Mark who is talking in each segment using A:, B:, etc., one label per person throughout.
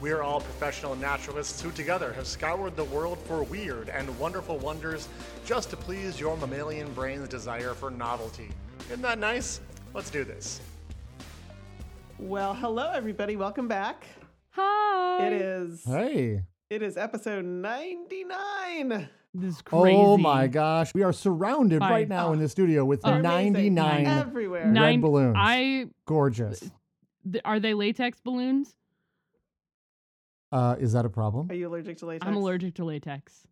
A: We are all professional naturalists who, together, have scoured the world for weird and wonderful wonders just to please your mammalian brain's desire for novelty. Isn't that nice? Let's do this.
B: Well, hello everybody. Welcome back.
C: Hi.
B: It is
D: Hey.
B: it is episode 99.
C: This is crazy.
D: Oh my gosh. We are surrounded
C: Hi.
D: right now in the studio with
C: They're
B: amazing.
D: 99
B: Everywhere.
D: Red
C: Nine
D: balloons.
C: I
D: gorgeous.
C: th- are they latex balloons?
D: Uh, is that a problem?
B: Are you allergic to latex?
C: I'm allergic to latex.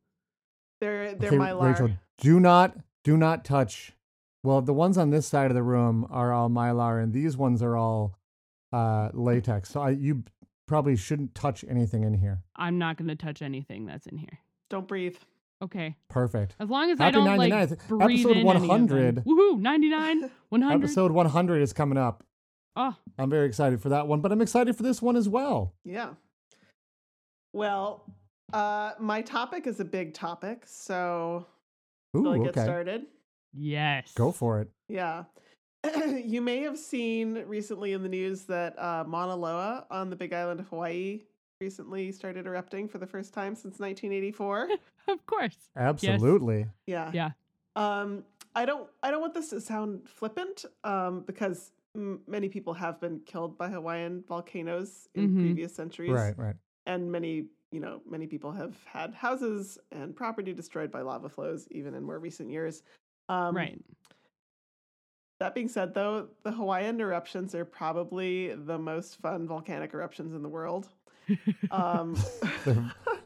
B: They're they're
D: Okay,
B: mylar.
D: Rachel, do not do not touch. Well, the ones on this side of the room are all mylar and these ones are all uh, latex. So I, you probably shouldn't touch anything in here.
C: I'm not going to touch anything that's in here.
B: Don't breathe.
C: Okay.
D: Perfect.
C: As long as I
D: Happy
C: don't
D: 99th.
C: like breathe
D: Episode
C: in
D: 100.
C: Any of them. Woohoo! 99, 100.
D: Episode 100 is coming up.
C: Oh,
D: I'm very excited for that one, but I'm excited for this one as well.
B: Yeah. Well, uh my topic is a big topic, so
D: Ooh,
B: shall I get
D: okay.
B: started?
C: yes.
D: Go for it.
B: Yeah. you may have seen recently in the news that uh, Mauna Loa on the Big Island of Hawaii recently started erupting for the first time since 1984.
C: Of course.
D: Absolutely.
B: Yeah.
C: Yeah.
B: Um, I don't. I don't want this to sound flippant, um, because m- many people have been killed by Hawaiian volcanoes in
C: Mhm.
B: previous centuries,
D: Right, right.
B: and many, you know, many people have had houses and property destroyed by lava flows, even in more recent years. Um,
C: right.
B: That being said, though, the Hawaiian eruptions are probably the most fun volcanic eruptions in the world. Um,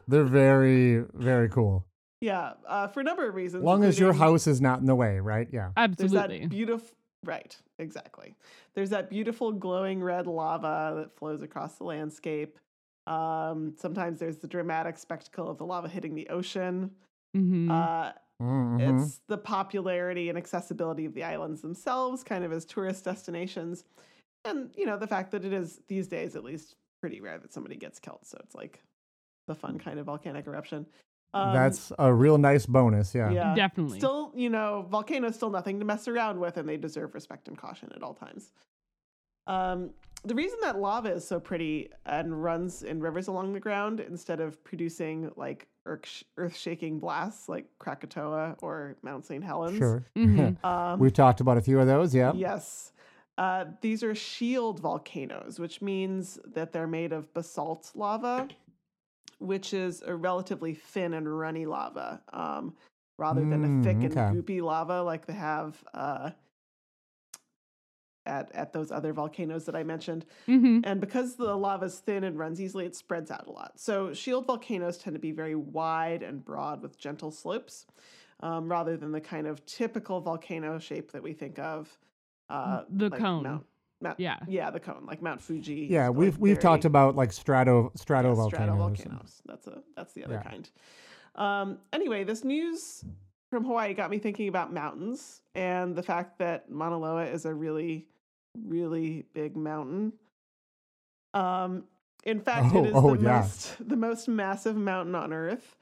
D: They're, they're very, very cool.
B: yeah, uh, for a number of reasons.
D: As long as your
B: including-
D: house is not in the way, right? Yeah.
B: There's
C: Absolutely.
B: that beautiful, right? Exactly. There's that beautiful glowing red lava that flows across the landscape. Um, sometimes there's the dramatic spectacle of the lava hitting the ocean.
C: Mhm.
B: Uh,
D: Mhm.
B: It's the popularity and accessibility of the islands themselves, kind of as tourist destinations, and you know the fact that it is these days at least pretty rare that somebody gets killed. So it's like the fun kind of volcanic eruption. Um,
D: That's a real nice bonus. Yeah.
B: yeah.
C: Definitely.
B: Still, you know, volcanoes still nothing to mess around with, and they deserve respect and caution at all times. Um, the reason that lava is so pretty and runs in rivers along the ground instead of producing like earth shaking blasts like Krakatoa or Mount St. Helens.
D: Sure.
C: Mhm.
B: Um,
D: We've talked about a few of those. Yeah.
B: Yes. Uh, these are shield volcanoes, which means that they're made of basalt lava, which is a relatively thin and runny lava, um, rather than a thick
D: Mm, okay.
B: and goopy lava like they have uh, at at those other volcanoes that I mentioned.
C: Mhm.
B: And because the lava is thin and runs easily, it spreads out a lot. So shield volcanoes tend to be very wide and broad with gentle slopes, um, rather than the kind of typical volcano shape that we think of. Uh,
C: The
B: like
C: cone.
B: Mount, Mount, yeah.
C: Yeah.
B: the cone, like Mount Fuji.
D: Yeah. We've we've talked about like strato stratovolcanoes.
B: stratovolcanoes. That's a that's the other
D: Yeah.
B: kind. Um, anyway, this news from Hawaii got me thinking about mountains and the fact that Mauna Loa is a really, really big mountain. Um, in fact,
D: Oh,
B: it is
D: oh,
B: the
D: yeah.
B: most the most massive mountain on Earth,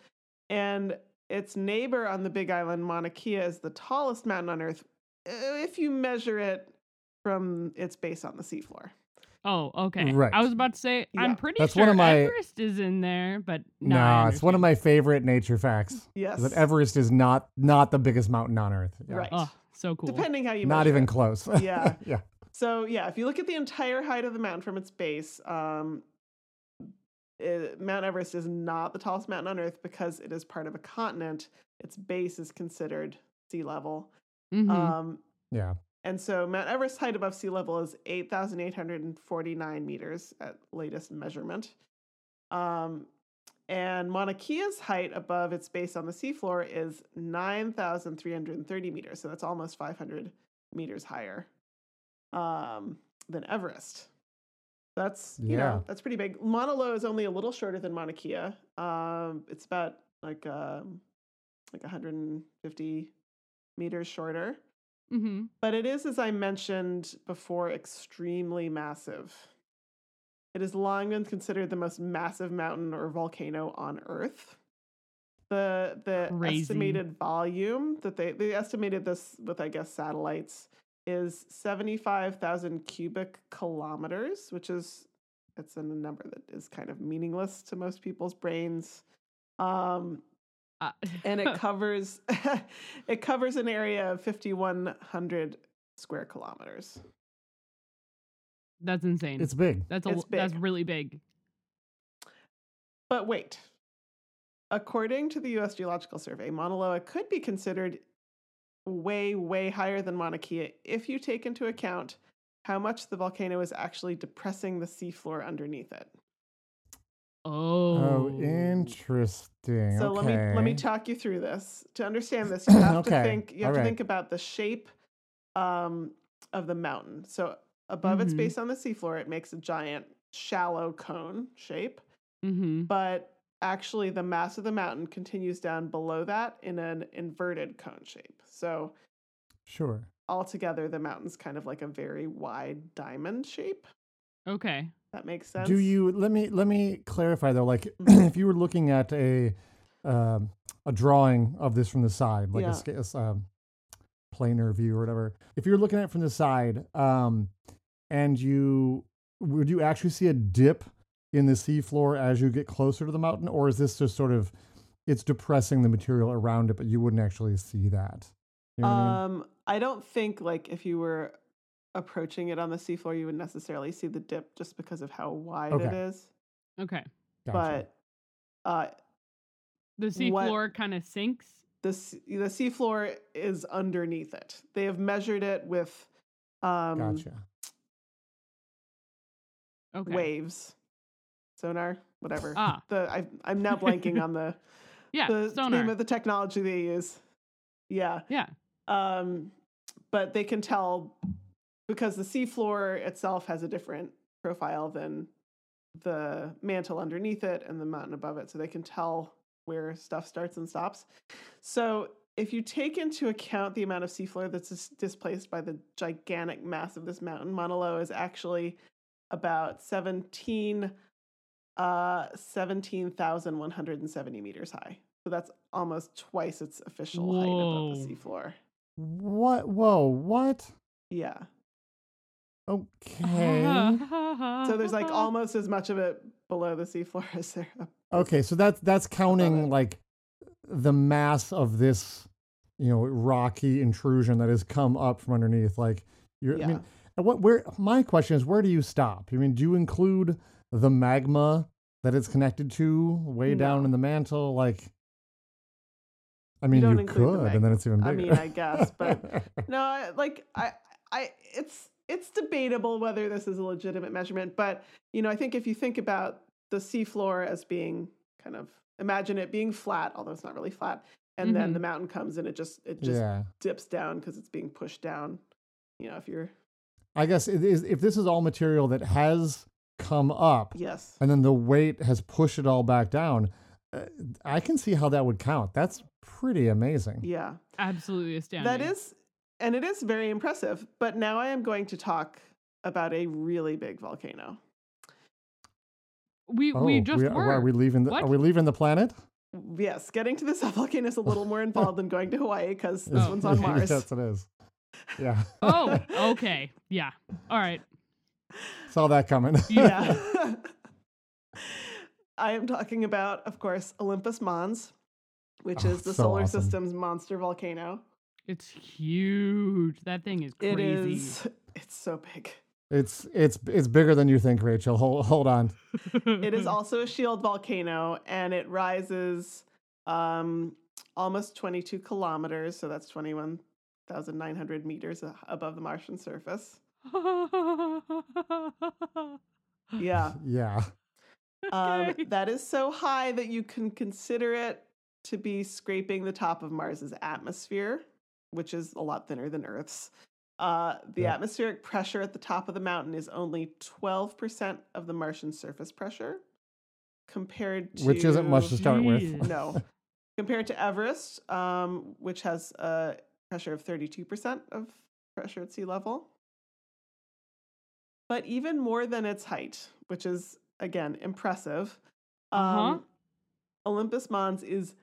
B: and its neighbor on the Big Island, Mauna Kea, is the tallest mountain on Earth uh, if you measure it from its base on the seafloor.
C: Oh, okay.
D: Right.
C: I was about to say
B: Yeah.
C: I'm pretty
D: That's
C: sure
D: one of my-
C: Everest is in there, but no.
D: Nah, it's one of my favorite nature facts. is
B: Yes,
D: That Everest is not not the biggest mountain on Earth. Yeah.
B: right.
C: Oh, so cool.
B: Depending how you
D: Not
B: measure
D: even
B: it.
D: close.
B: Yeah.
D: yeah.
B: So yeah, if you look at the entire height of the mountain from its base, um, eh, Mount Everest is not the tallest mountain on Earth because it is part of a continent. Its base is considered sea level.
C: Mhm.
D: uh,
B: Um,
D: Yeah.
B: and so Mount Everest's height above sea level is 8,849 meters at latest measurement. Um, and Mauna Kea's height above its base on the seafloor is 9,330 meters. So that's almost 500 meters higher um, than Everest. That's, you
D: Yeah.
B: know, that's pretty big. Mauna Loa is only a little shorter than Mauna Kea. Um, it's about like, um like 150 meters shorter.
C: Mm-hmm.
B: But it is, as I mentioned before, extremely massive. It has long been considered the most massive mountain or volcano on Earth. The the
C: Crazy.
B: estimated volume that they they estimated this with, I guess, satellites is seventy five thousand cubic kilometers, which is it's a number that is kind of meaningless to most people's brains. Um,
C: Uh,
B: and it covers it covers an area of 5100 square kilometers
C: that's insane.
D: It's big.
C: that's a,
B: it's
C: l- that's
B: big.
C: really big.
B: but wait according to the us geological survey mauna loa could be considered way way higher than mauna kea if you take into account how much the volcano is actually depressing the seafloor underneath it
C: Oh,
D: Oh, interesting.
B: so let me let me
D: Okay.
B: talk you through this to understand this you have to
D: Okay,
B: think you have to
D: alright.
B: think about the shape um, of the mountain so above its
D: Mm-hmm.
C: Mhm.
B: base on the seafloor it makes a giant shallow cone shape
C: Mm-hmm.
B: but actually the mass of the mountain continues down below that in an inverted cone shape so
D: Sure.
B: altogether the mountain's kind of like a very wide diamond shape
C: Okay.
B: that makes sense
D: Do you let me let me clarify though? Like,
B: Mhm.
D: if you were looking at a um, a drawing of this from the side, like
B: Yeah.
D: a sca- a, s- um, planar view or whatever, if you're looking at it from the side, um, and you would you actually see a dip in the seafloor as you get closer to the mountain, or is this just sort of it's depressing the material around it, but you wouldn't actually see that? You know what I mean?
B: Um, I don't think like if you were approaching it on the seafloor, you would necessarily see the dip just because of how wide it
D: Okay.
B: is.
C: Okay.
D: Gotcha.
B: But uh,
C: The
B: What-
C: seafloor kind of sinks.
B: the s- the seafloor is underneath it. They have measured it with um,
D: gotcha.
C: Okay.
B: waves, sonar, whatever.
C: Ah.
B: The I, I'm now blanking on the
C: Yeah.
B: the
C: sonar.
B: name of the technology they use. Yeah.
C: yeah.
B: um, but they can tell because the seafloor itself has a different profile than the mantle underneath it and the mountain above it, so they can tell where stuff starts and stops. So if you take into account the amount of seafloor that's dis- displaced by the gigantic mass of this mountain, Mauna Loa is actually about 17 uh 17,170 meters high. So that's almost twice its official height above the seafloor.
D: What? Whoa! What?
B: Yeah.
D: Okay.
B: So there's
C: Uh-huh.
B: like almost as much of it below the seafloor as there. up.
D: Okay, so that's that's
B: it.
D: counting like the mass of this, you know, rocky intrusion that has come up from underneath. Like, you're, I mean, and what? Where? My question is, where do you stop? I mean, do you include the magma that it's connected to way down
B: No.
D: in the mantle? Like, I mean,
B: don't
D: you,
B: include the
D: could, and then it's even bigger.
B: I mean, I guess, but no, I- like I, I, it's it's debatable whether this is a legitimate measurement, but you know, I think if you think about the seafloor as being kind of imagine it being flat, although it's not really flat, and then
C: Mhm.
B: the mountain comes and it just it just
D: yeah.
B: dips down because it's being pushed down. You know, if you're
D: I guess it is, if this is all material that has come up,
B: yes,
D: and then the weight has pushed it all back down. Uh, I can see how that would count. That's pretty amazing.
B: yeah.
C: absolutely astounding.
B: That is, and it is very impressive. But now I am going to talk about a really big volcano.
C: We
B: Oh,
C: we just
D: are,
C: were.
D: are Oh, we leaving the
C: What?
D: are we leleaving the planet?
B: Yes, getting to the sub volcano is a little more involved than going to Hawaii because this
C: Oh.
B: one's on Mars.
D: yes, it is. Yeah,
C: oh, okay. Yeah. All right.
D: saw that coming.
B: yeah. I am talking about, of course, Olympus Mons, which
D: Oh,
B: is the
D: so
B: solar
D: awesome.
B: system's monster volcano.
C: It's huge. That thing is
B: It
C: crazy.
B: is. It's so big.
D: it's it's it's bigger than you think, Rachel. Hold hold on.
B: It
C: Mm-hmm.
B: is also a shield volcano, and it rises um, almost 22 kilometers, so that's 21,900 meters a- above the Martian surface. Yeah,
D: Yeah.
B: um,
C: Okay.
B: that is so high that you can consider it to be scraping the top of Mars's atmosphere, which is a lot thinner than Earth's. Uh, the
D: Yeah.
B: atmospheric pressure at the top of the mountain is only 12% of the Martian surface pressure, compared to
D: Which isn't much to start with.
C: Jeez.
B: no. Compared to Everest, um, which has a pressure of 32% of pressure at sea level. But even more than its height, which is again impressive, um, Olympus Mons is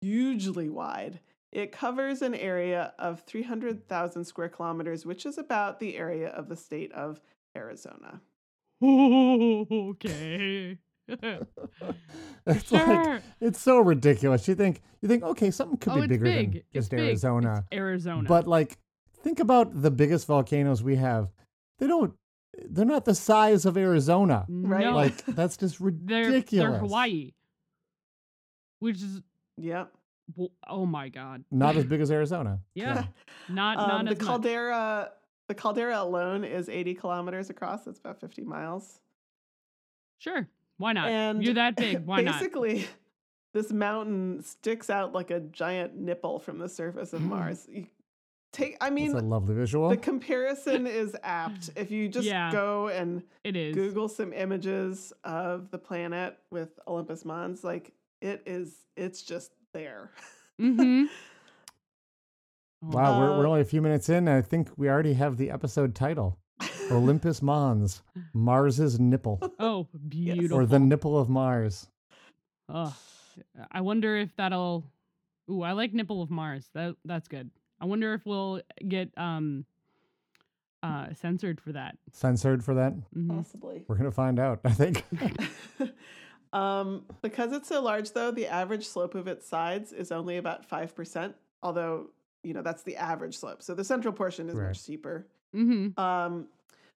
B: hugely wide. It covers an area of 300,000 square kilometers, which is about the area of the state of Arizona.
C: okay.
D: it's
C: sure.
D: like it's so ridiculous. You think you think okay, something could
C: oh,
D: be
C: it's
D: bigger
C: big.
D: than
C: it's
D: just
C: big.
D: Arizona.
C: It's Arizona.
D: But like, think about the biggest volcanoes we have. They don't. They're not the size of Arizona.
B: Right.
C: No,
D: Like that's just
C: they're
D: ridiculous.
C: they're Hawaii, which is
B: Yep.
C: w- oh my god.
D: Not as big as Arizona.
C: Yeah. Not
B: Um,
C: not
B: the
C: as much.
B: caldera, the caldera alone is 80 kilometers across. That's about 50 miles.
C: Sure. Why not?
B: And
C: You're that big. Why not?
B: basically, this mountain sticks out like a giant nipple from the surface of
C: Mm.
B: Mars. You take, I
D: It's a
B: mean,
D: lovely visual.
B: the comparison is apt. If you just
C: Yeah.
B: go and
C: It is.
B: Google some images of the planet with Olympus Mons, like it is, it's just there.
C: Mm-hmm. Oh,
D: wow, we're, we're
B: Uh,
D: only a few minutes in. And I think we already have the episode title: Olympus Mons, Mars's nipple,
C: Oh, beautiful.
D: or the nipple of Mars.
C: Ugh. I wonder if that'll. Ooh, I like Nipple of Mars. That that's good. I wonder if we'll get um uh censored for that.
D: Censored for that.
C: Mhm.
B: Possibly.
D: We're gonna find out. I think.
B: um, because it's so large, though, the average slope of its sides is only about 5%, although, you know, that's the average slope. So the central portion is
D: Right.
B: much steeper.
C: Mhm.
B: Um,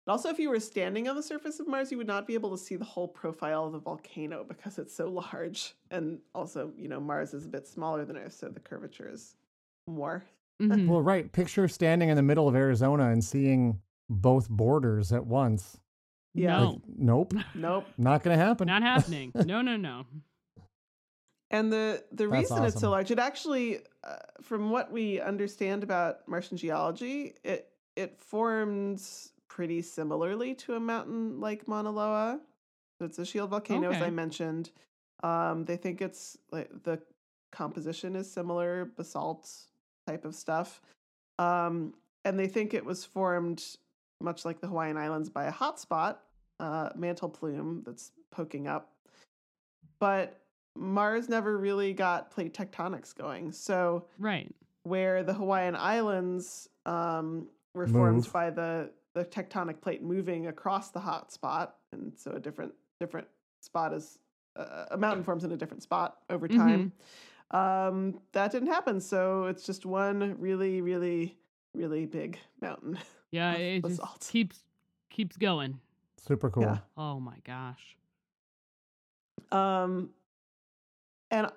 B: but also, if you were standing on the surface of Mars, you would not be able to see the whole profile of the volcano because it's so large. And also, you know, Mars is a bit smaller than Earth, so the curvature is more.
C: Mhm.
D: Well, right. Picture standing in the middle of Arizona and seeing both borders at once.
B: Yeah.
C: No.
D: Nope.
B: Nope.
D: Not gonna happen.
C: Not happening. No, no, no.
B: And the the
D: That's
B: reason it's so
D: awesome.
B: large, it actually, uh, from what we understand about Martian geology, it it forms pretty similarly to a mountain like Mauna Loa. So it's a shield volcano, as I
C: Okay.
B: mentioned. Um, they think it's like the composition is similar, basalt type of stuff, um, and they think it was formed much like the Hawaiian Islands by a hotspot, uh, mantle plume that's poking up. But Mars never really got plate tectonics going. So
C: Right.
B: where the Hawaiian Islands um, were formed
D: Move.
B: by the the tectonic plate moving across the hot spot, and so a different different spot is uh, a mountain forms in a different spot over time. Um, that didn't happen, so it's just one really, really, really big mountain.
C: Yeah,
B: of
C: it just
B: basalt.
C: keeps keeps going.
D: Super cool.
B: Yeah.
C: Oh my gosh.
B: Um, and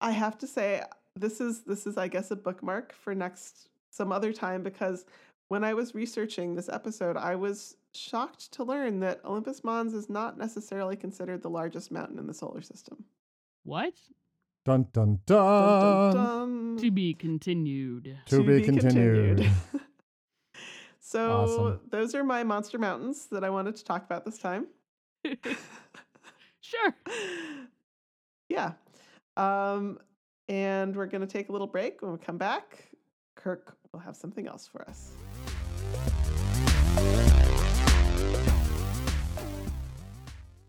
B: I have to say, this is this is I guess a bookmark for next some other time because when I was researching this episode, I was shocked to learn that Olympus Mons is not necessarily considered the largest mountain in the solar system.
C: What?
D: Dun dun dun.
B: Dun, dun,
C: To
B: dun.
C: be continued.
D: Um, To, be, continued.
B: so
D: Awesome.
B: those are my monster mountains that I wanted to talk about this time.
C: Sure.
B: yeah. Um, and we're going to take a little break. When we come back, Kirk will have something else for us.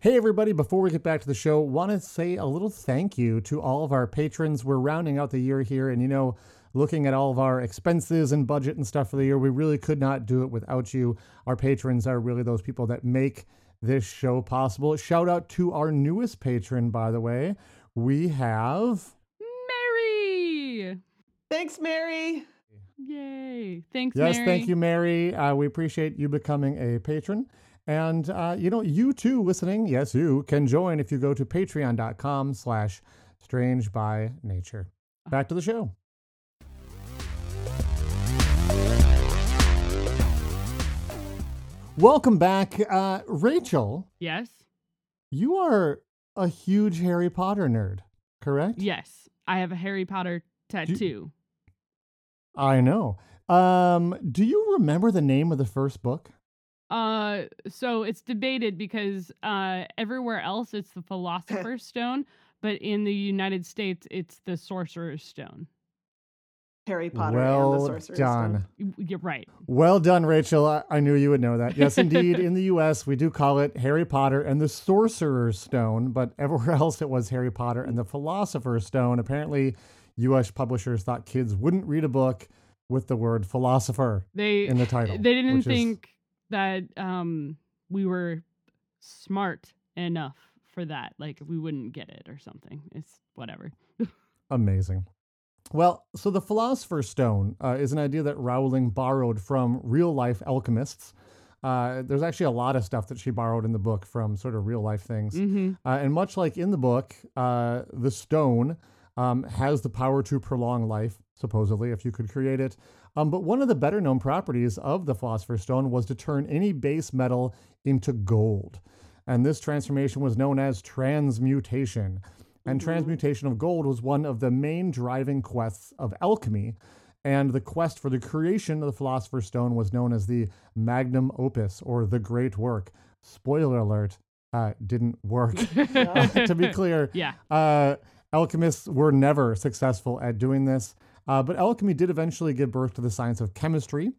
D: Hey everybody, before we get back to the show, want to say a little thank you to all of our patrons. We're rounding out the year here and you know, looking at all of our expenses and budget and stuff for the year, we really could not do it without you. Our patrons are really those people that make this show possible. Shout out to our newest patron by the way. We have
C: Mary.
B: Thanks, Mary.
C: Yay. Thanks,
D: Yes,
C: Mary.
D: thank you, Mary. Uh, we appreciate you becoming a patron. And, uh, you know, you too, listening, yes, you can join if you go to patreon.com slash strange by nature. Back to the show. Welcome back. Uh, Rachel,
C: Yes.
D: you are a huge Harry Potter nerd, correct?
C: Yes. I have a Harry Potter tattoo.
D: I know. Um, do you remember the name of the first book?
C: Uh, so it's debated because uh, everywhere else it's the Philosopher's Stone, but in the United States it's the Sorcerer's Stone.
B: Harry Potter and the
D: Well
B: Sorcerer's
D: done.
B: Stone.
C: You- You're right.
D: Well done, Rachel. I, I knew you would know that. Yes, indeed. in the US, we do call it Harry Potter and the Sorcerer's Stone, but everywhere else it was Harry Potter and the Philosopher's Stone. Apparently, US publishers thought kids wouldn't read a book with the word philosopher
C: They
D: in the title.
C: they didn't
D: which is-
C: think that um we were smart enough for that. Like we wouldn't get it or something. It's whatever.
D: Amazing. Well, so the Philosopher's Stone uh, is an idea that Rowling borrowed from real life alchemists. Uh, there's actually a lot of stuff that she borrowed in the book from sort of real life things.
C: Mm-hmm.
D: Uh, and much like in the book, uh, the stone um, has the power to prolong life, supposedly, if you could create it. Um, but one of the better known properties of the Philosopher's Stone was to turn any base metal into gold. And this transformation was known as transmutation. And transmutation of gold was one of the main driving quests of alchemy. And the quest for the creation of the Philosopher's Stone was known as the magnum opus or the great work. Spoiler alert, uh, didn't work. Uh, to be clear,
C: Yeah.
D: uh, alchemists were never successful at doing this. Uh, but alchemy did eventually give birth to the science of chemistry.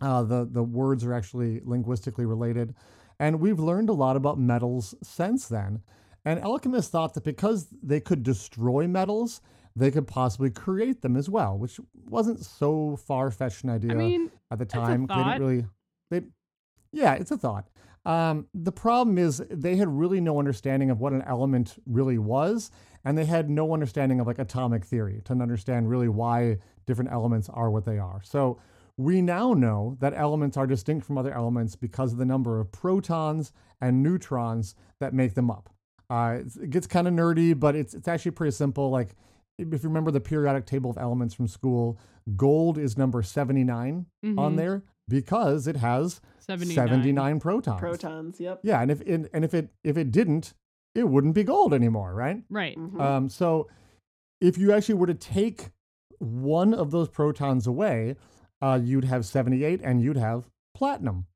D: Uh, the, the words are actually linguistically related. And we've learned a lot about metals since then. And alchemists thought that because they could destroy metals, they could possibly create them as well, which wasn't so far fetched an idea
C: I mean,
D: at the
C: a
D: time. They
C: thought.
D: didn't really. They, yeah, it's a thought. Um, the problem is they had really no understanding of what an element really was, and they had no understanding of like atomic theory to understand really why different elements are what they are. So we now know that elements are distinct from other elements because of the number of protons and neutrons that make them up. Uh, it's- it gets kind of nerdy, but it's it's actually pretty simple. Like if you remember the periodic table of elements from school, gold is number seventy on
C: Mhm.
D: there because it has
C: 79.
D: 79 protons.
B: Protons, yep.
D: Yeah, and if and, and if it if it didn't, it wouldn't be gold anymore, right?
C: Right.
B: Mhm.
D: Um, so if you actually were to take one of those protons away, uh, you'd have 78 and you'd have platinum.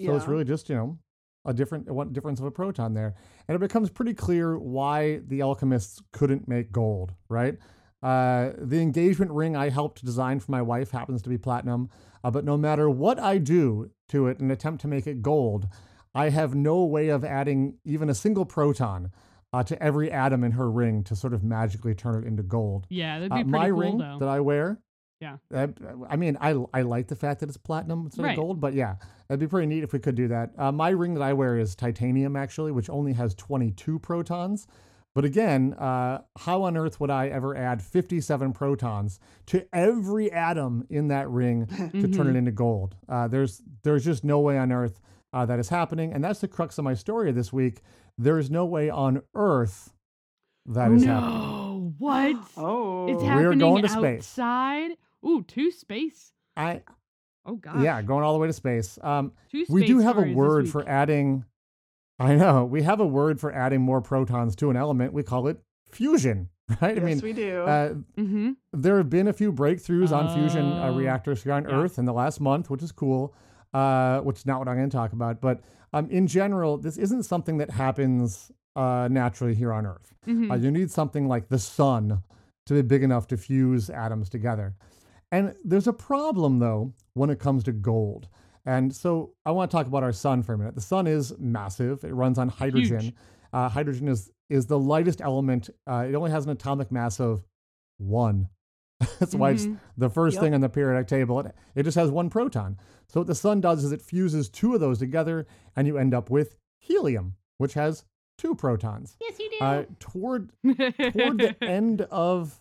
D: So it's
B: Yeah.
D: really just, you know, a different one difference of a proton there. And it becomes pretty clear why the alchemists couldn't make gold, right? Uh, the engagement ring I helped design for my wife happens to be platinum, uh, but no matter what I do to it and attempt to make it gold, I have no way of adding even a single proton uh, to every atom in her ring to sort of magically turn it into gold.
C: Yeah, that'd
D: Uh,
C: be pretty
D: my
C: cool
D: ring
C: though.
D: that I wear.
C: Yeah.
D: that- I mean, I, I like the fact that it's platinum instead
C: Right.
D: of gold, but yeah, that'd be pretty neat if we could do that. Uh, my ring that I wear is titanium, actually, which only has 22 protons. But again, uh, how on earth would I ever add 57 protons to every atom in that ring to turn
C: Mm-hmm.
D: it into gold? Uh, there's there's just no way on earth uh, that is happening, and that's the crux of my story this week. There is no way on earth that is happening.
C: Mm-hmm. Oh, no. What?
B: Oh.
C: It's
D: hap-
C: happening
D: going to space.
C: outside. Ooh, to space.
D: I
C: Oh god.
D: yeah, going all the way to space. Um,
C: Two
D: we do
C: space
D: have a
C: stories this
D: word
C: week.
D: for e- adding i know we have a word for adding more protons to an element we call it fusion right
B: yes,
D: i mean
B: we do.
D: uh,
C: hmm
D: there have been a few breakthroughs on fusion uh,
C: Oh.
D: reactors here on
C: Yeah.
D: earth in the last month which is cool uh, which is not what i'm going to talk about but um, in general this isn't something that happens uh, naturally here on earth
C: Mm-hmm.
D: uh, you need something like the sun to be big enough to fuse atoms together. And there's a problem, though, when it comes to gold. And so I want to talk about our sun for a minute. The sun is massive, it runs on hydrogen. Uh, hydrogen is, is the lightest element, uh, it only has an atomic mass of one. That's why it's
C: Mhm.
D: the first
B: Yep.
D: thing on the periodic table. It, it just has one proton. So what the sun does is it fuses two of those together, and you end up with helium, which has two protons.
C: Yes, you
D: Uh, toward toward the end of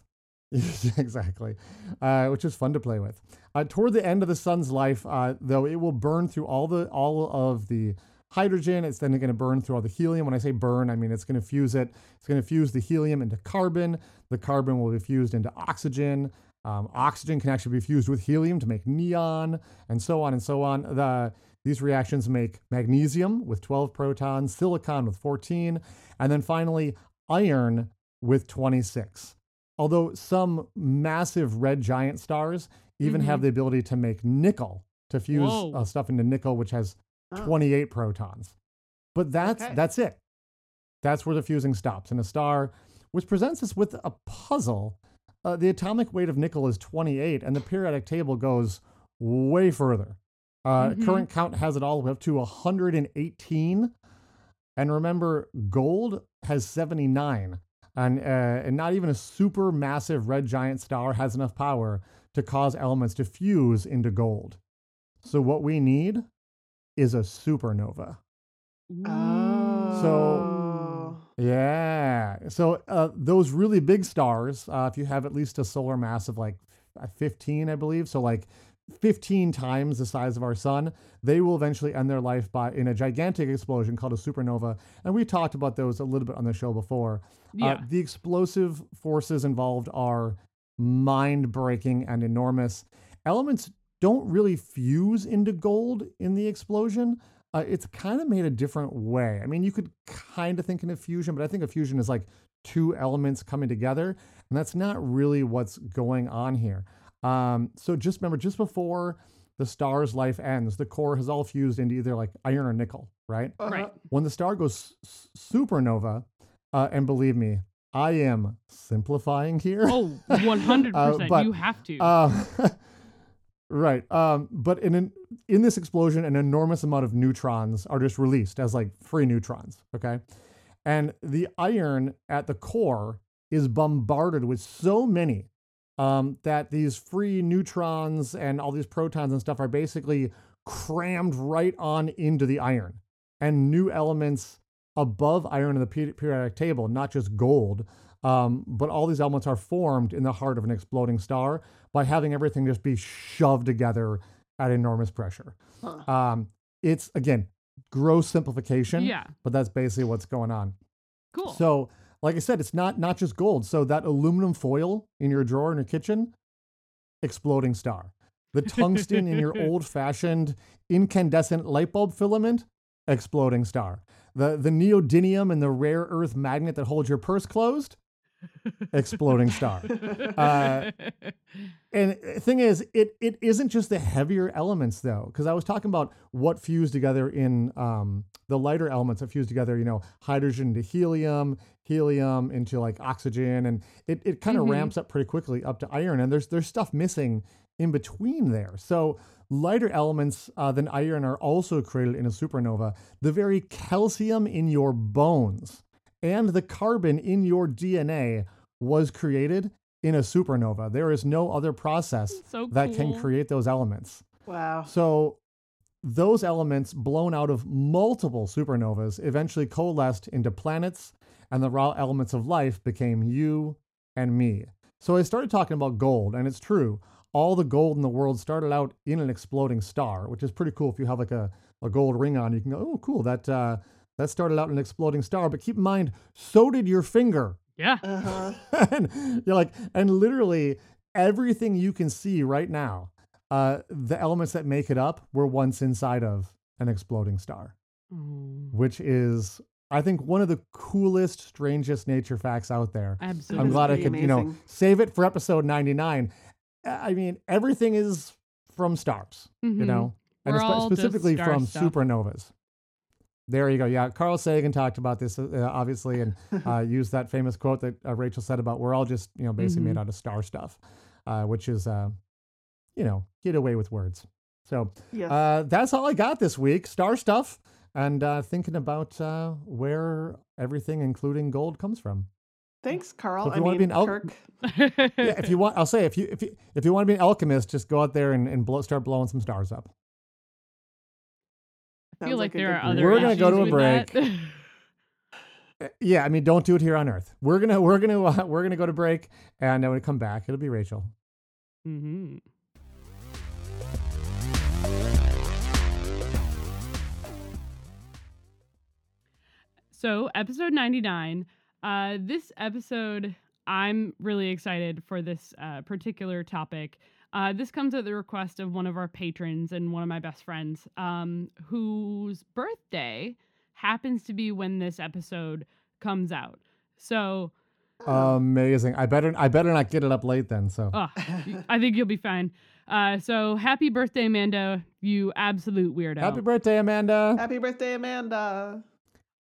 D: exactly, uh, which is fun to play with. Uh, toward the end of the sun's life, uh, though, it will burn through all the all of the hydrogen. It's then going to burn through all the helium. When I say burn, I mean it's going to fuse it. It's going to fuse the helium into carbon. The carbon will be fused into oxygen. Um, oxygen can actually be fused with helium to make neon, and so on and so on. The these reactions make magnesium with 12 protons, silicon with 14, and then finally iron with 26. Although some massive red giant stars even have the ability to make nickel, to fuse
C: Whoa.
D: uh, stuff into nickel, which has
B: Oh.
D: 28 protons. But that's
B: Okay.
D: that's it. That's where the fusing stops in a star, which presents us with a puzzle Uh, the atomic weight of nickel is 28, and the periodic table goes way further. Uh,
C: Mhm.
D: Current count has it all the way up to 118. And remember, gold has 79. And, uh, and not even a super massive red giant star has enough power to cause elements to fuse into gold. So, what we need is a supernova.
B: Oh.
D: uh, Yeah. So uh, those really big stars, uh, if you have at least a solar mass of like uh, 15, I believe, so like 15 times the size of our sun, they will eventually end their life by in a gigantic explosion called a supernova. And we talked about those a little bit on the show before.
C: yeah.
D: Uh, the explosive forces involved are mind breaking and enormous. Elements don't really fuse into gold in the explosion. Uh, it's kind of made a different way. I mean, you could kind of think in a fusion, but I think a fusion is like two elements coming together, and that's not really what's going on here. Um, so just remember, just before the star's life ends, the core has all fused into either like iron or nickel, right?
C: Right.
B: Uh-huh.
D: when the star goes s- supernova, uh, and believe me, I am simplifying here.
C: Oh, 100%.
D: but,
C: you have to.
D: Uh, right. Um, but in an, in this explosion, an enormous amount of neutrons are just released as like free neutrons. Okay, and the iron at the core is bombarded with so many um, that these free neutrons and all these protons and stuff are basically crammed right on into the iron, and new elements above iron in the pe- periodic table, not just gold. Um, but all these elements are formed in the heart of an exploding star by having everything just be shoved together at enormous pressure.
B: Huh.
D: Um, it's again gross simplification,
C: yeah.
D: but that's basically what's going on.
C: Cool.
D: So, like I said, it's not not just gold. So that aluminum foil in your drawer in your kitchen, exploding star. The tungsten in your old-fashioned incandescent light bulb filament, exploding star. The the neodymium and the rare earth magnet that holds your purse closed, exploding star. uh, And the thing is, it it isn't just the heavier elements though, because I was talking about what fused together in um, the lighter elements that fuse together. You know, hydrogen into helium, helium into like oxygen, and it it kind of
C: Mhm.
D: ramps up pretty quickly up to iron. And there's there's stuff missing in between there. So lighter elements uh, than iron are also created in a supernova. The very calcium in your bones and the carbon in your DNA was created in a supernova. There is no other process
C: so
D: that can
C: cool.
D: create those elements.
B: Wow.
D: So those elements blown out of multiple supernovas eventually coalesced into planets and the raw elements of life became you and me. So I started talking about gold and it's true. All the gold in the world started out in an exploding star, which is pretty cool if you have like a, a gold ring on, you can go, "Oh, cool, that uh that started out in an exploding star." But keep in mind, so did your finger.
C: Yeah.
B: Uh-huh.
D: and you're like, and literally everything you can see right now, uh, the elements that make it up were once inside of an exploding star,
C: Oh,
D: which is, I think, one of the coolest, strangest nature facts out there.
C: absolutely.
D: I'm glad I
B: pretty
D: could, you know,
B: amazing.
D: save it for episode 99. I mean, everything is from stars, you
C: Mhm.
D: know, and
C: We're
D: espe-
C: all just
D: specifically
C: star
D: from
C: stuff.
D: supernovas. There you go. Yeah, Carl Sagan talked about this uh, uh, obviously, and uh, used that famous quote that uh, Rachel said about "we're all just you know basically
C: Mm-hmm.
D: made out of star stuff," uh, which is uh, you know get away with words. So
B: Yes.
D: uh, that's all I got this week: star stuff and uh, thinking about uh, where everything, including gold, comes from.
B: Thanks, Carl.
D: if
B: I
D: you wanna
B: mean,
D: be an al-
B: Kirk.
D: Yeah, if you want, I'll say if you if you if you want to be an alchemist, just go out there and, and blow, start blowing some stars up.
C: I
B: Sounds
C: feel like
B: a
C: there
B: good
C: are other
D: We're gonna go
C: issues
D: to a
C: with that.
D: Uh, Yeah, I mean, don't do it here on Earth. We're gonna we're gonna uh, we're gonna go to break, and uh, when we come back, it'll be Rachel.
C: Mhm. So, episode 99. Uh, this episode, I'm really excited for this uh, particular topic. Uh, this comes at the request of one of our patrons and one of my best friends, um, whose birthday happens to be when this episode comes out. So,
D: Amazing. I better I better not get it up late then. So
C: Oh, y- I think you'll be fine. Uh, so happy birthday, Amanda! You absolute weirdo.
D: happy birthday, Amanda.
B: Happy birthday, Amanda.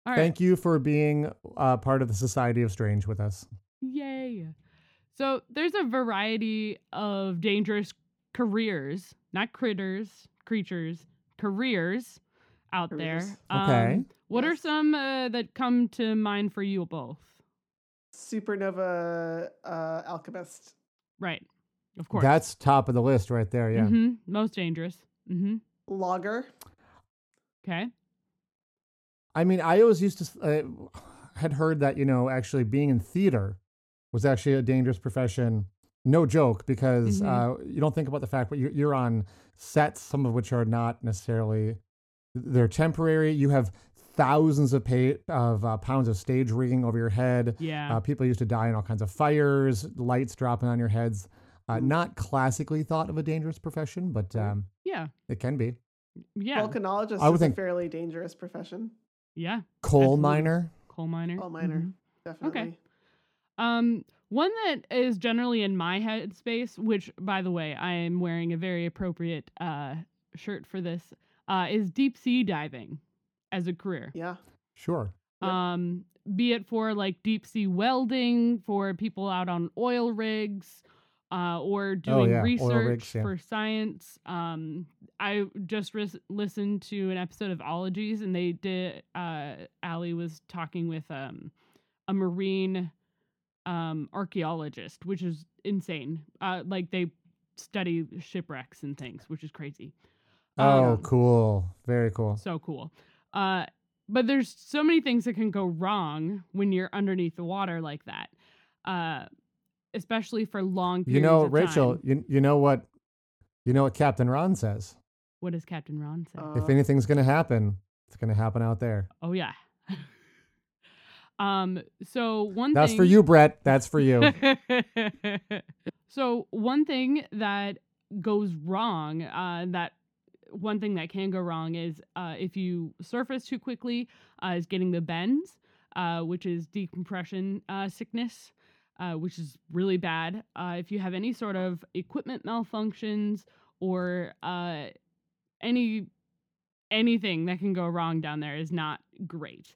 C: All right.
D: Thank you for being uh, part of the Society of Strange with us.
C: Yay. So there's a variety of dangerous careers, not critters, creatures, careers out
B: Careers.
C: there. Um,
D: Okay.
C: What are
B: Yes.
C: some uh, that come to mind for you both?
B: Supernova uh, alchemist.
C: Right. Of course.
D: That's top of the list right there. Yeah.
C: hmm Most dangerous. hmm
B: Logger.
C: Okay.
D: I mean, I always used to uh, had heard that you know actually being in theater was actually a dangerous profession. No joke, because uh, you don't think about the fact that you're, you're on sets, some of which are not necessarily they're temporary. You have thousands of pay, of uh, pounds of stage rigging over your head.
C: Yeah.
D: Uh, people used to die in all kinds of fires, lights dropping on your heads. Uh, not classically thought of a dangerous profession, but um,
C: Yeah.
D: it can be.
C: Yeah.
B: Volcanologist
D: I would
B: is
D: think-
B: a fairly dangerous profession.
C: Yeah.
D: Coal
C: Absolutely.
D: miner.
C: Coal miner.
B: All minor.
C: Mhm.
B: Definitely.
C: Um, one that is generally in my headspace, which by the way, I am wearing a very appropriate uh shirt for this, uh, is deep sea diving as a career.
B: Yeah.
D: Sure.
B: Yep.
C: Um, be it for like deep sea welding for people out on oil rigs, uh, or doing
D: Oh, yeah, oil
C: research
D: rigs, yeah.
C: for science. Um, I just ris listened to an episode of Ologies, and they did. Uh, Allie was talking with um, a marine um, archaeologist, which is insane. Uh, like they study shipwrecks and things, which is crazy.
D: Oh,
C: Um,
D: cool. Very cool.
C: so cool. Uh, but there's so many things that can go wrong when you're underneath the water like that, uh, especially for long periods.
D: You know,
C: of
D: Rachel,
C: time.
D: you, you know what you know what Captain Ron says.
C: What does Captain Ron say?
B: Uh,
D: if anything's going to happen, it's going to happen out there.
C: oh yeah. um. So one.
D: That's
C: thing,
D: for you, Brett. That's for you.
C: so one thing that goes wrong, uh, that one thing that can go wrong is uh, if you surface too quickly, uh, is getting the bends, uh, which is decompression uh, sickness, uh, which is really bad. Uh, if you have any sort of equipment malfunctions or uh, any anything that can go wrong down there is not great.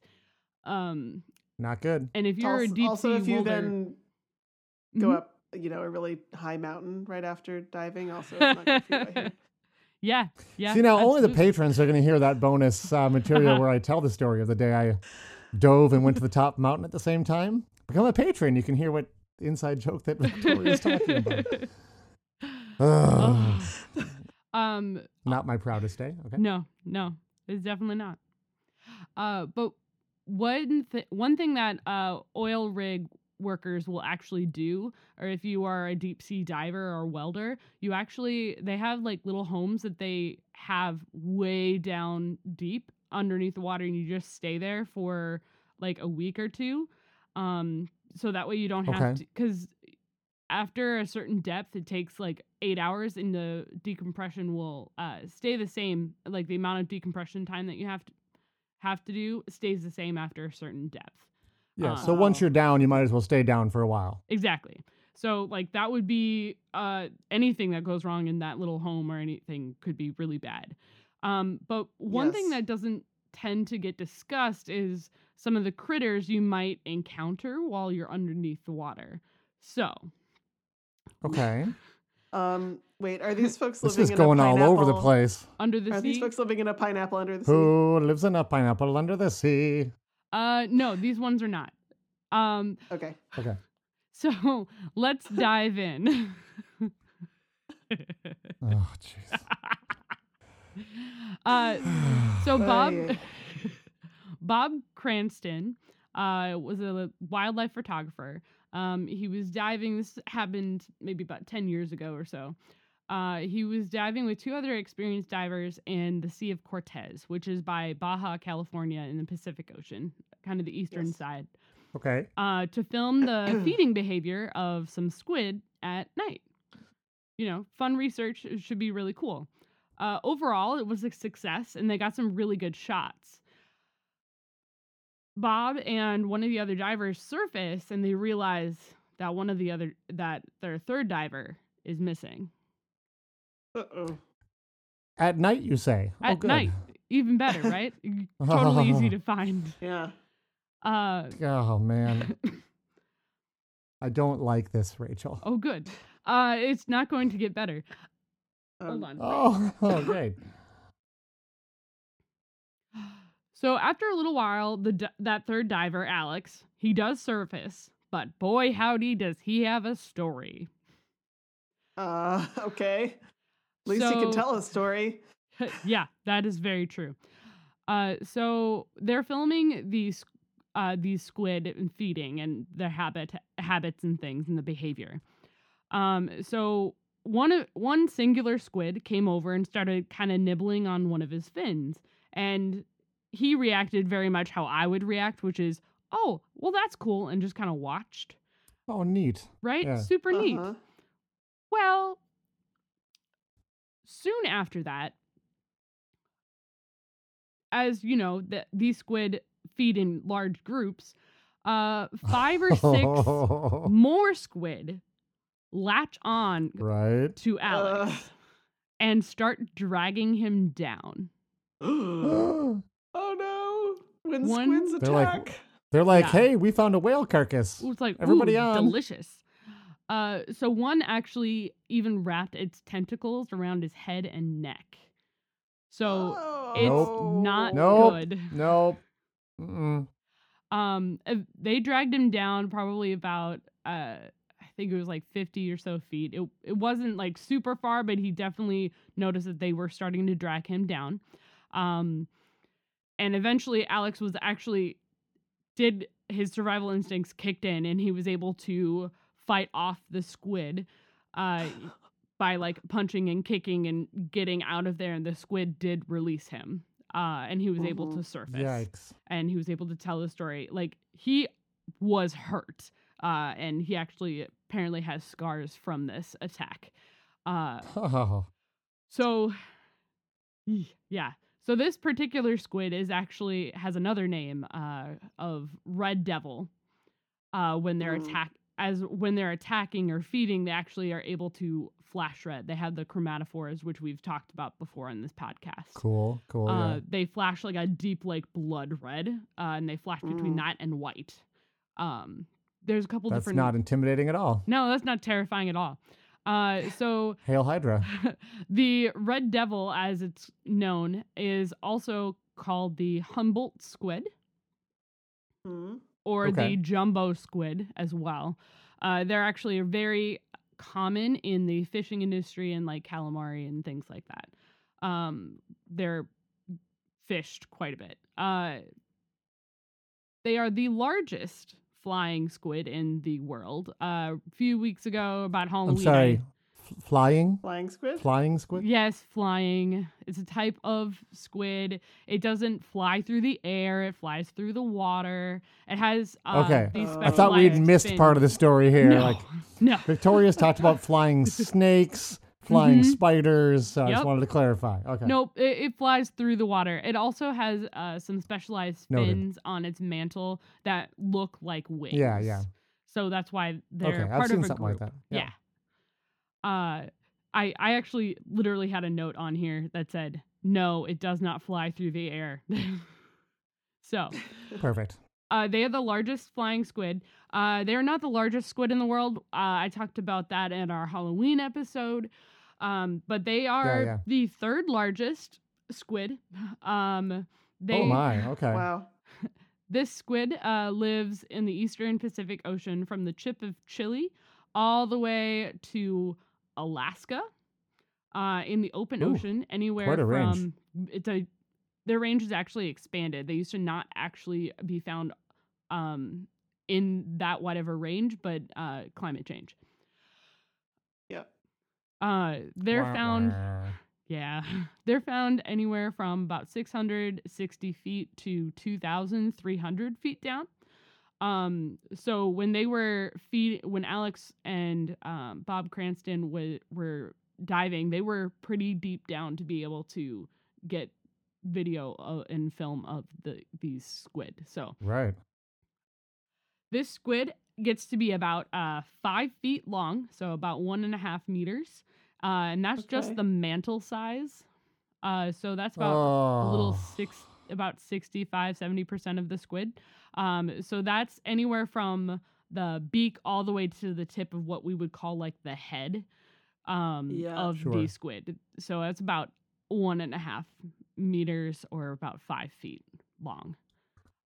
C: Um,
D: Not good.
C: and if you're
B: also,
C: a deep
B: also
C: sea
B: if you
C: welder-
B: then go
C: Mhm.
B: up, you know, a really high mountain right after diving, also it's not good for you. I hear.
C: yeah, yeah.
D: See, now only the
C: absolutely.
D: patrons are going to hear that bonus uh, material where I tell the story of the day I dove and went to the top mountain at the same time. Become a patron. You can hear what inside joke that Victoria is talking about.
C: Oh.
D: Ugh.
C: um,
D: Not my proudest day. Okay.
C: no, no, it's definitely not. Uh, but one th- one thing that uh oil rig workers will actually do, or if you are a deep sea diver or welder, you actually they have like little homes that they have way down deep underneath the water, and you just stay there for like a week or two. Um, so that way you don't have
D: Okay.
C: to because after a certain depth, it takes like eight hours, and the decompression will uh, stay the same. Like the amount of decompression time that you have to have to do stays the same after a certain depth.
D: Yeah.
C: Uh,
D: so once you're down, you might as well stay down for a while.
C: Exactly. So like that would be uh, anything that goes wrong in that little home or anything could be really bad. Um, but one thing
B: Yes.
C: that doesn't tend to get discussed is some of the critters you might encounter while you're underneath the water. So
D: Okay.
B: Um, wait, are these folks
D: This
B: living
D: is
B: in
D: going
B: a
D: all
B: pineapple?
D: over the place.
C: under the
B: Are
C: sea,
B: these folks living in a pineapple under the sea?
D: Who lives in a pineapple under the sea?
C: uh, no, these ones are not. Um,
B: Okay.
D: Okay.
C: so let's dive in.
D: Oh, jeez.
C: uh, so Bob,
B: Ay, ay.
C: Bob Cranston, uh, was a wildlife photographer. Um, he was diving. This happened maybe about ten years ago or so. Uh, he was diving with two other experienced divers in the Sea of Cortez, which is by Baja California in the Pacific Ocean, kind of the eastern
B: Yes.
C: side,
D: Okay.
C: uh, to film the feeding behavior of some squid at night. You know, fun research it should be really cool. Uh, overall, it was a success, and they got some really good shots. Bob and one of the other divers surface, and they realize that one of the other that their third diver is missing
B: Uh-oh.
D: At night, you say. oh,
C: at
D: good.
C: night. Even better, right? totally easy to find.
B: Yeah.
C: Uh,
D: Oh man. Oh, I don't like this, Rachel.
C: Oh, good. Uh, it's not going to get better.
B: Um,
C: Hold on.
D: Oh, great.
C: So after a little while, the d- that third diver, Alex, he does surface, but boy howdy does he have a story.
B: Uh, okay. At least you can
C: So-
B: tell a story.
C: yeah, that is very true. Uh, so they're filming these uh, these squid and feeding and their habit habits and things and the behavior. Um, so one of one singular squid came over and started kind of nibbling on one of his fins, and he reacted very much how I would react, which is, "Oh, well, that's cool," and just kind of watched.
D: Oh, neat.
C: Right?
D: Yeah.
C: Super neat.
B: Uh-huh.
C: Well, soon after that, as you know, the, these squid feed in large groups. Uh, five or six more squid latch on
D: right.
C: to
B: Uh.
C: Alex and start dragging him down.
B: Uh, oh no! When
C: One-
B: squids
D: They're like-
B: attack.
D: They're like,
C: Yeah.
D: hey, we found a whale carcass.
C: It was like
D: Everybody
C: ooh,
D: on.
C: delicious. Uh, so one actually even wrapped its tentacles around his head and neck. So
B: Oh.
C: it's
D: Nope.
C: not
D: Nope.
C: good.
D: Nope. Mm-mm.
C: Um, ev- they dragged him down probably about uh, I think it was like fifty or so feet. It it wasn't like super far, but he definitely noticed that they were starting to drag him down. Um, and eventually, Alex was actually did his survival instincts kicked in, and he was able to fight off the squid. Uh, by like punching and kicking and getting out of there, and the squid did release him, uh, and he was able
B: Mhm.
C: to
D: Mm-hmm.
C: surface
D: Yikes.
C: and he was able to tell the story. Like he was hurt, uh, and he actually apparently has scars from this attack. Uh,
D: Oh,
C: so, y- yeah. So this particular squid is actually has another name uh, of red devil. Uh, when they're
B: Mm.
C: attack as when they're attacking or feeding, they actually are able to flash red. They have the chromatophores, which we've talked about before in this podcast
D: cool. Cool.
C: uh,
D: Oh, yeah.
C: they flash like a deep like blood red uh, and they flash between
B: Mm.
C: that and white um, there's a couple
D: That's
C: different
D: not intimidating at all.
C: no that's not terrifying at all uh, so
D: Hail Hydra.
C: the red devil as it's known is also called the humboldt squid
B: Mhm.
C: or
D: Okay.
C: the jumbo squid as well. Uh, they're actually very common in the fishing industry and like calamari and things like that. Um, they're fished quite a bit. Uh, they are the largest flying squid in the world. Uh, a few weeks ago, about Halloween.
D: I'm
C: I-
D: sorry. F- flying?
B: Flying squid.
D: Flying squid?
C: Yes, flying. It's a type of squid. It doesn't fly through the air. It flies through the water. It has uh,
D: Okay.
C: These
B: Uh,
D: I thought we'd
C: specialized
D: missed
C: fins.
D: part of the story here.
C: No,
D: Like
C: no.
D: Victoria's talked about flying snakes, flying
C: Mhm.
D: spiders. So I just
C: Yep.
D: wanted to clarify. Okay.
C: Nope, it, it flies through the water. It also has uh, some specialized
D: Noted.
C: fins on its mantle that look like wings.
D: yeah.
C: So that's why
D: Okay.
C: they're part
D: I've seen
C: of a
D: something
C: group.
D: like that.
C: Yeah. Uh, I I actually literally had a note on here that said, "No, it does not fly through the air." so.
D: Perfect. Oh,
C: Uh, they are the largest flying squid. Uh, they are not the largest squid in the world. Uh, I talked about that in our Halloween episode. Um, but they are
D: yeah.
C: the third largest squid. Um, they,
D: oh my. Okay.
B: Wow.
C: This squid uh, lives in the eastern Pacific Ocean from the tip of Chile all the way to Alaska uh, in the open
D: Ooh,
C: ocean, anywhere
D: quite a
C: from
D: range.
C: it's a their range is actually expanded. They used to not actually be found um, in that whatever range, but uh, climate change.
B: Yep.
C: Uh, they're
D: Wah,
C: found
D: wah.
C: yeah. They're found anywhere from about 660 feet to 2,300 feet down. Um, so when they were feed, when Alex and um, Bob Cranston wa- were diving, they were pretty deep down to be able to get video uh, and film of the these squid. So
D: Right.
C: this squid gets to be about uh, five feet long, so about one and a half meters, uh, and that's
B: Okay.
C: just the mantle size. Uh, so that's about
D: oh.
C: a little six about 65 70% of the squid um, so that's anywhere from the beak all the way to the tip of what we would call like the head um,
E: Yeah.
C: of
D: Sure.
C: the squid. So it's about one and a half meters or about five feet long.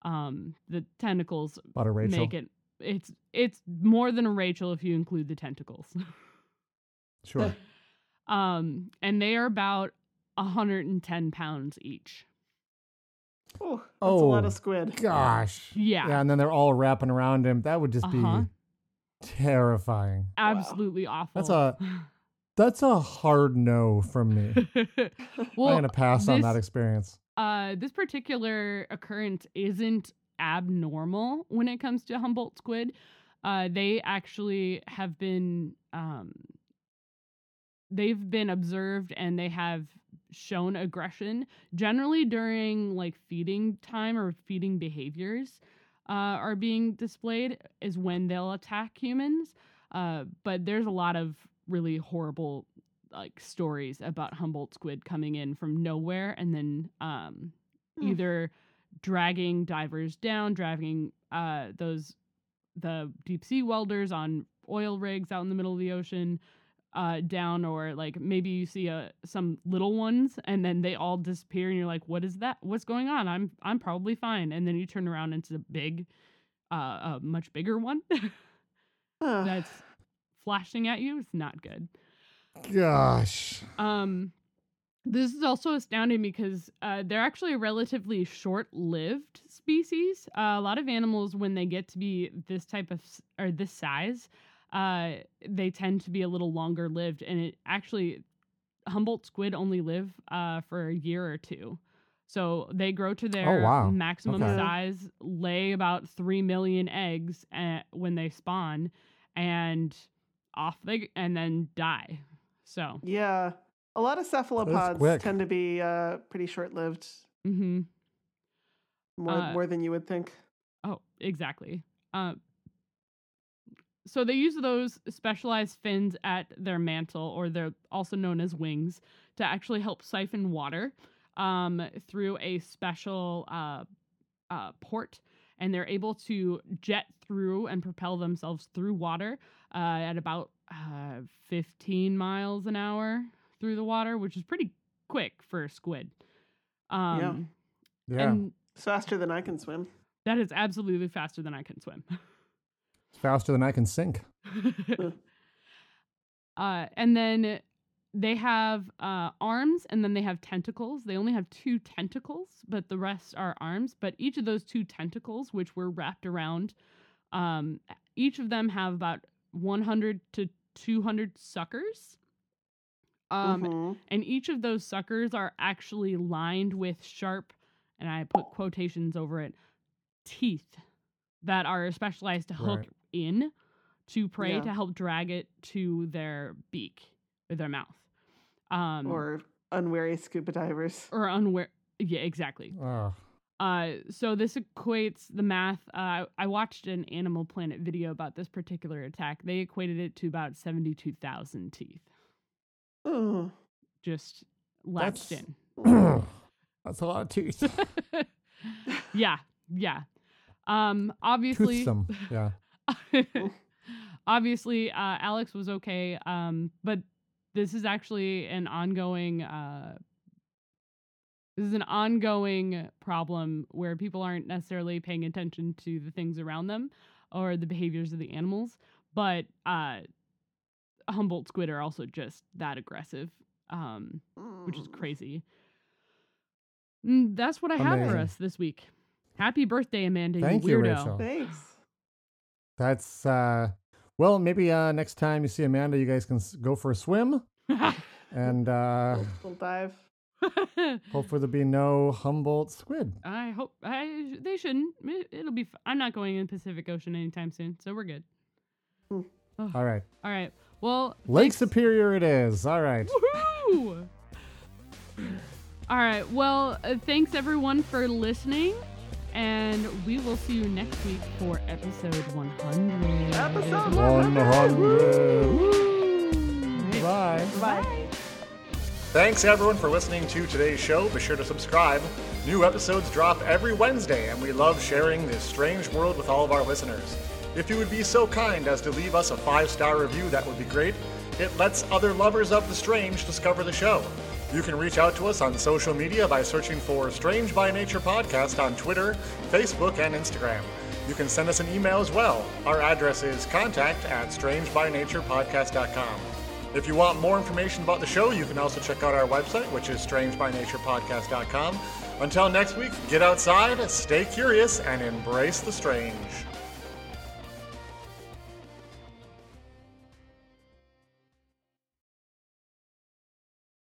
C: Um, the tentacles
D: About a Rachel.
C: make it. It's it's more than a Rachel if you include the tentacles.
D: Sure.
C: Um, and they are about 110 pounds each.
B: Oh, that's a lot
D: Oh,
B: of squid.
D: Gosh.
C: Yeah.
D: Yeah, and then they're all wrapping around him. That would just
C: Uh-huh.
D: be terrifying.
C: Absolutely awful.
D: That's a that's a hard no from me.
C: well,
D: I'm gonna pass on that
C: this-
D: experience.
C: uh, this particular occurrence isn't abnormal when it comes to Humboldt squid. Uh, they actually have been um, they've been observed and they have shown aggression generally during like feeding time or feeding behaviors uh, are being displayed is when they'll attack humans. Uh, but there's a lot of really horrible like stories about Humboldt squid coming in from nowhere and then um,
B: Mm.
C: either dragging divers down, dragging uh, those the deep sea welders on oil rigs out in the middle of the ocean uh, down, or like maybe you see uh some little ones and then they all disappear and you're like, what is that? What's going on? I'm I'm probably fine, and then you turn around and it's a big, uh, a much bigger one
B: Huh.
C: that's flashing at you. It's not good.
D: Gosh.
C: Um, this is also astounding because uh, they're actually a relatively short-lived species. Uh, a lot of animals, when they get to be this type of s- or this size, uh, they tend to be a little longer lived, and it actually Humboldt squid only live uh, for a year or two. So they grow to their
D: Oh, wow.
C: maximum
D: Okay.
C: size, lay about three million eggs uh when they spawn, and off they and then die. So
B: Yeah. A lot of
D: quick.
B: cephalopods tend to be uh, pretty short lived,
C: Mm-hmm.
B: more,
C: Uh,
B: more than you would think.
C: Oh, exactly. Uh, so they use those specialized fins at their mantle, or they're also known as wings, to actually help siphon water um, through a special uh, uh, port. And they're able to jet through and propel themselves through water uh, at about uh, 15 miles an hour through the water, which is pretty quick for a squid. Um,
B: Yeah.
D: Yeah.
C: And
B: It's faster than I can swim.
C: that is absolutely faster than I can swim.
D: it's faster than I can sink.
C: uh, and then they have uh, arms and then they have tentacles. They only have two tentacles, but the rest are arms. But each of those two tentacles, which were wrapped around, um, each of them have about 100 to 200 suckers. Um,
B: Mhm.
C: and each of those suckers are actually lined with sharp, and I put quotations over it, teeth that are specialized to hook
D: Right.
C: in to prey
B: Yeah.
C: to help drag it to their beak or their mouth. Um,
B: Or unwary scuba divers.
C: or unaware. Yeah, exactly.
D: Oh.
C: Uh, so this equates the math. Uh, I watched an Animal Planet video about this particular attack. They equated it to about 72,000 teeth
B: Oh,
C: just latched
D: That's-
C: in.
D: That's a lot of teeth.
C: yeah, yeah. Um, obviously,
D: Toothsome. Yeah.
C: obviously, uh, Alex was okay. Um, but this is actually an ongoing. Uh, this is an ongoing problem where people aren't necessarily paying attention to the things around them or the behaviors of the animals. But uh, Humboldt squid are also just that aggressive, um, which is
B: Mm.
C: crazy. Mm, that's what I have for
D: Amazing.
C: us this week. Happy birthday, Amanda!
D: Thank
C: you
D: you,
C: weirdo.
D: Rachel.
B: Thanks.
D: That's uh well, maybe uh next time you see Amanda, you guys can s- go for a swim and uh
B: We'll dive.
D: hopefully there'll be no Humboldt squid.
C: I hope I they shouldn't. It- It'll be. F- I'm not going in Pacific Ocean anytime soon, so we're good.
D: All right.
C: All right. Well,
D: Lake Superior it is. All right.
C: woohoo! All right. Well, uh, thanks everyone for listening, and we will see you next week for episode 100.
B: Episode
D: 100. Bye.
B: Bye.
A: Thanks everyone for listening to today's show. Be sure to subscribe. New episodes drop every Wednesday, and we love sharing this strange world with all of our listeners.
D: If you would be so kind as to leave us a five star review, that would be great. It lets other lovers of the strange discover the show. You can reach out to us on social media by searching for Strange by Nature Podcast on Twitter, Facebook, and Instagram. You can send us an email as well. Our address is contact at strangebynaturepodcast.com. If you want more information about the show, you can also check out our website, which is strangebynaturepodcast.com. Until next week, get outside, stay curious, and embrace the strange.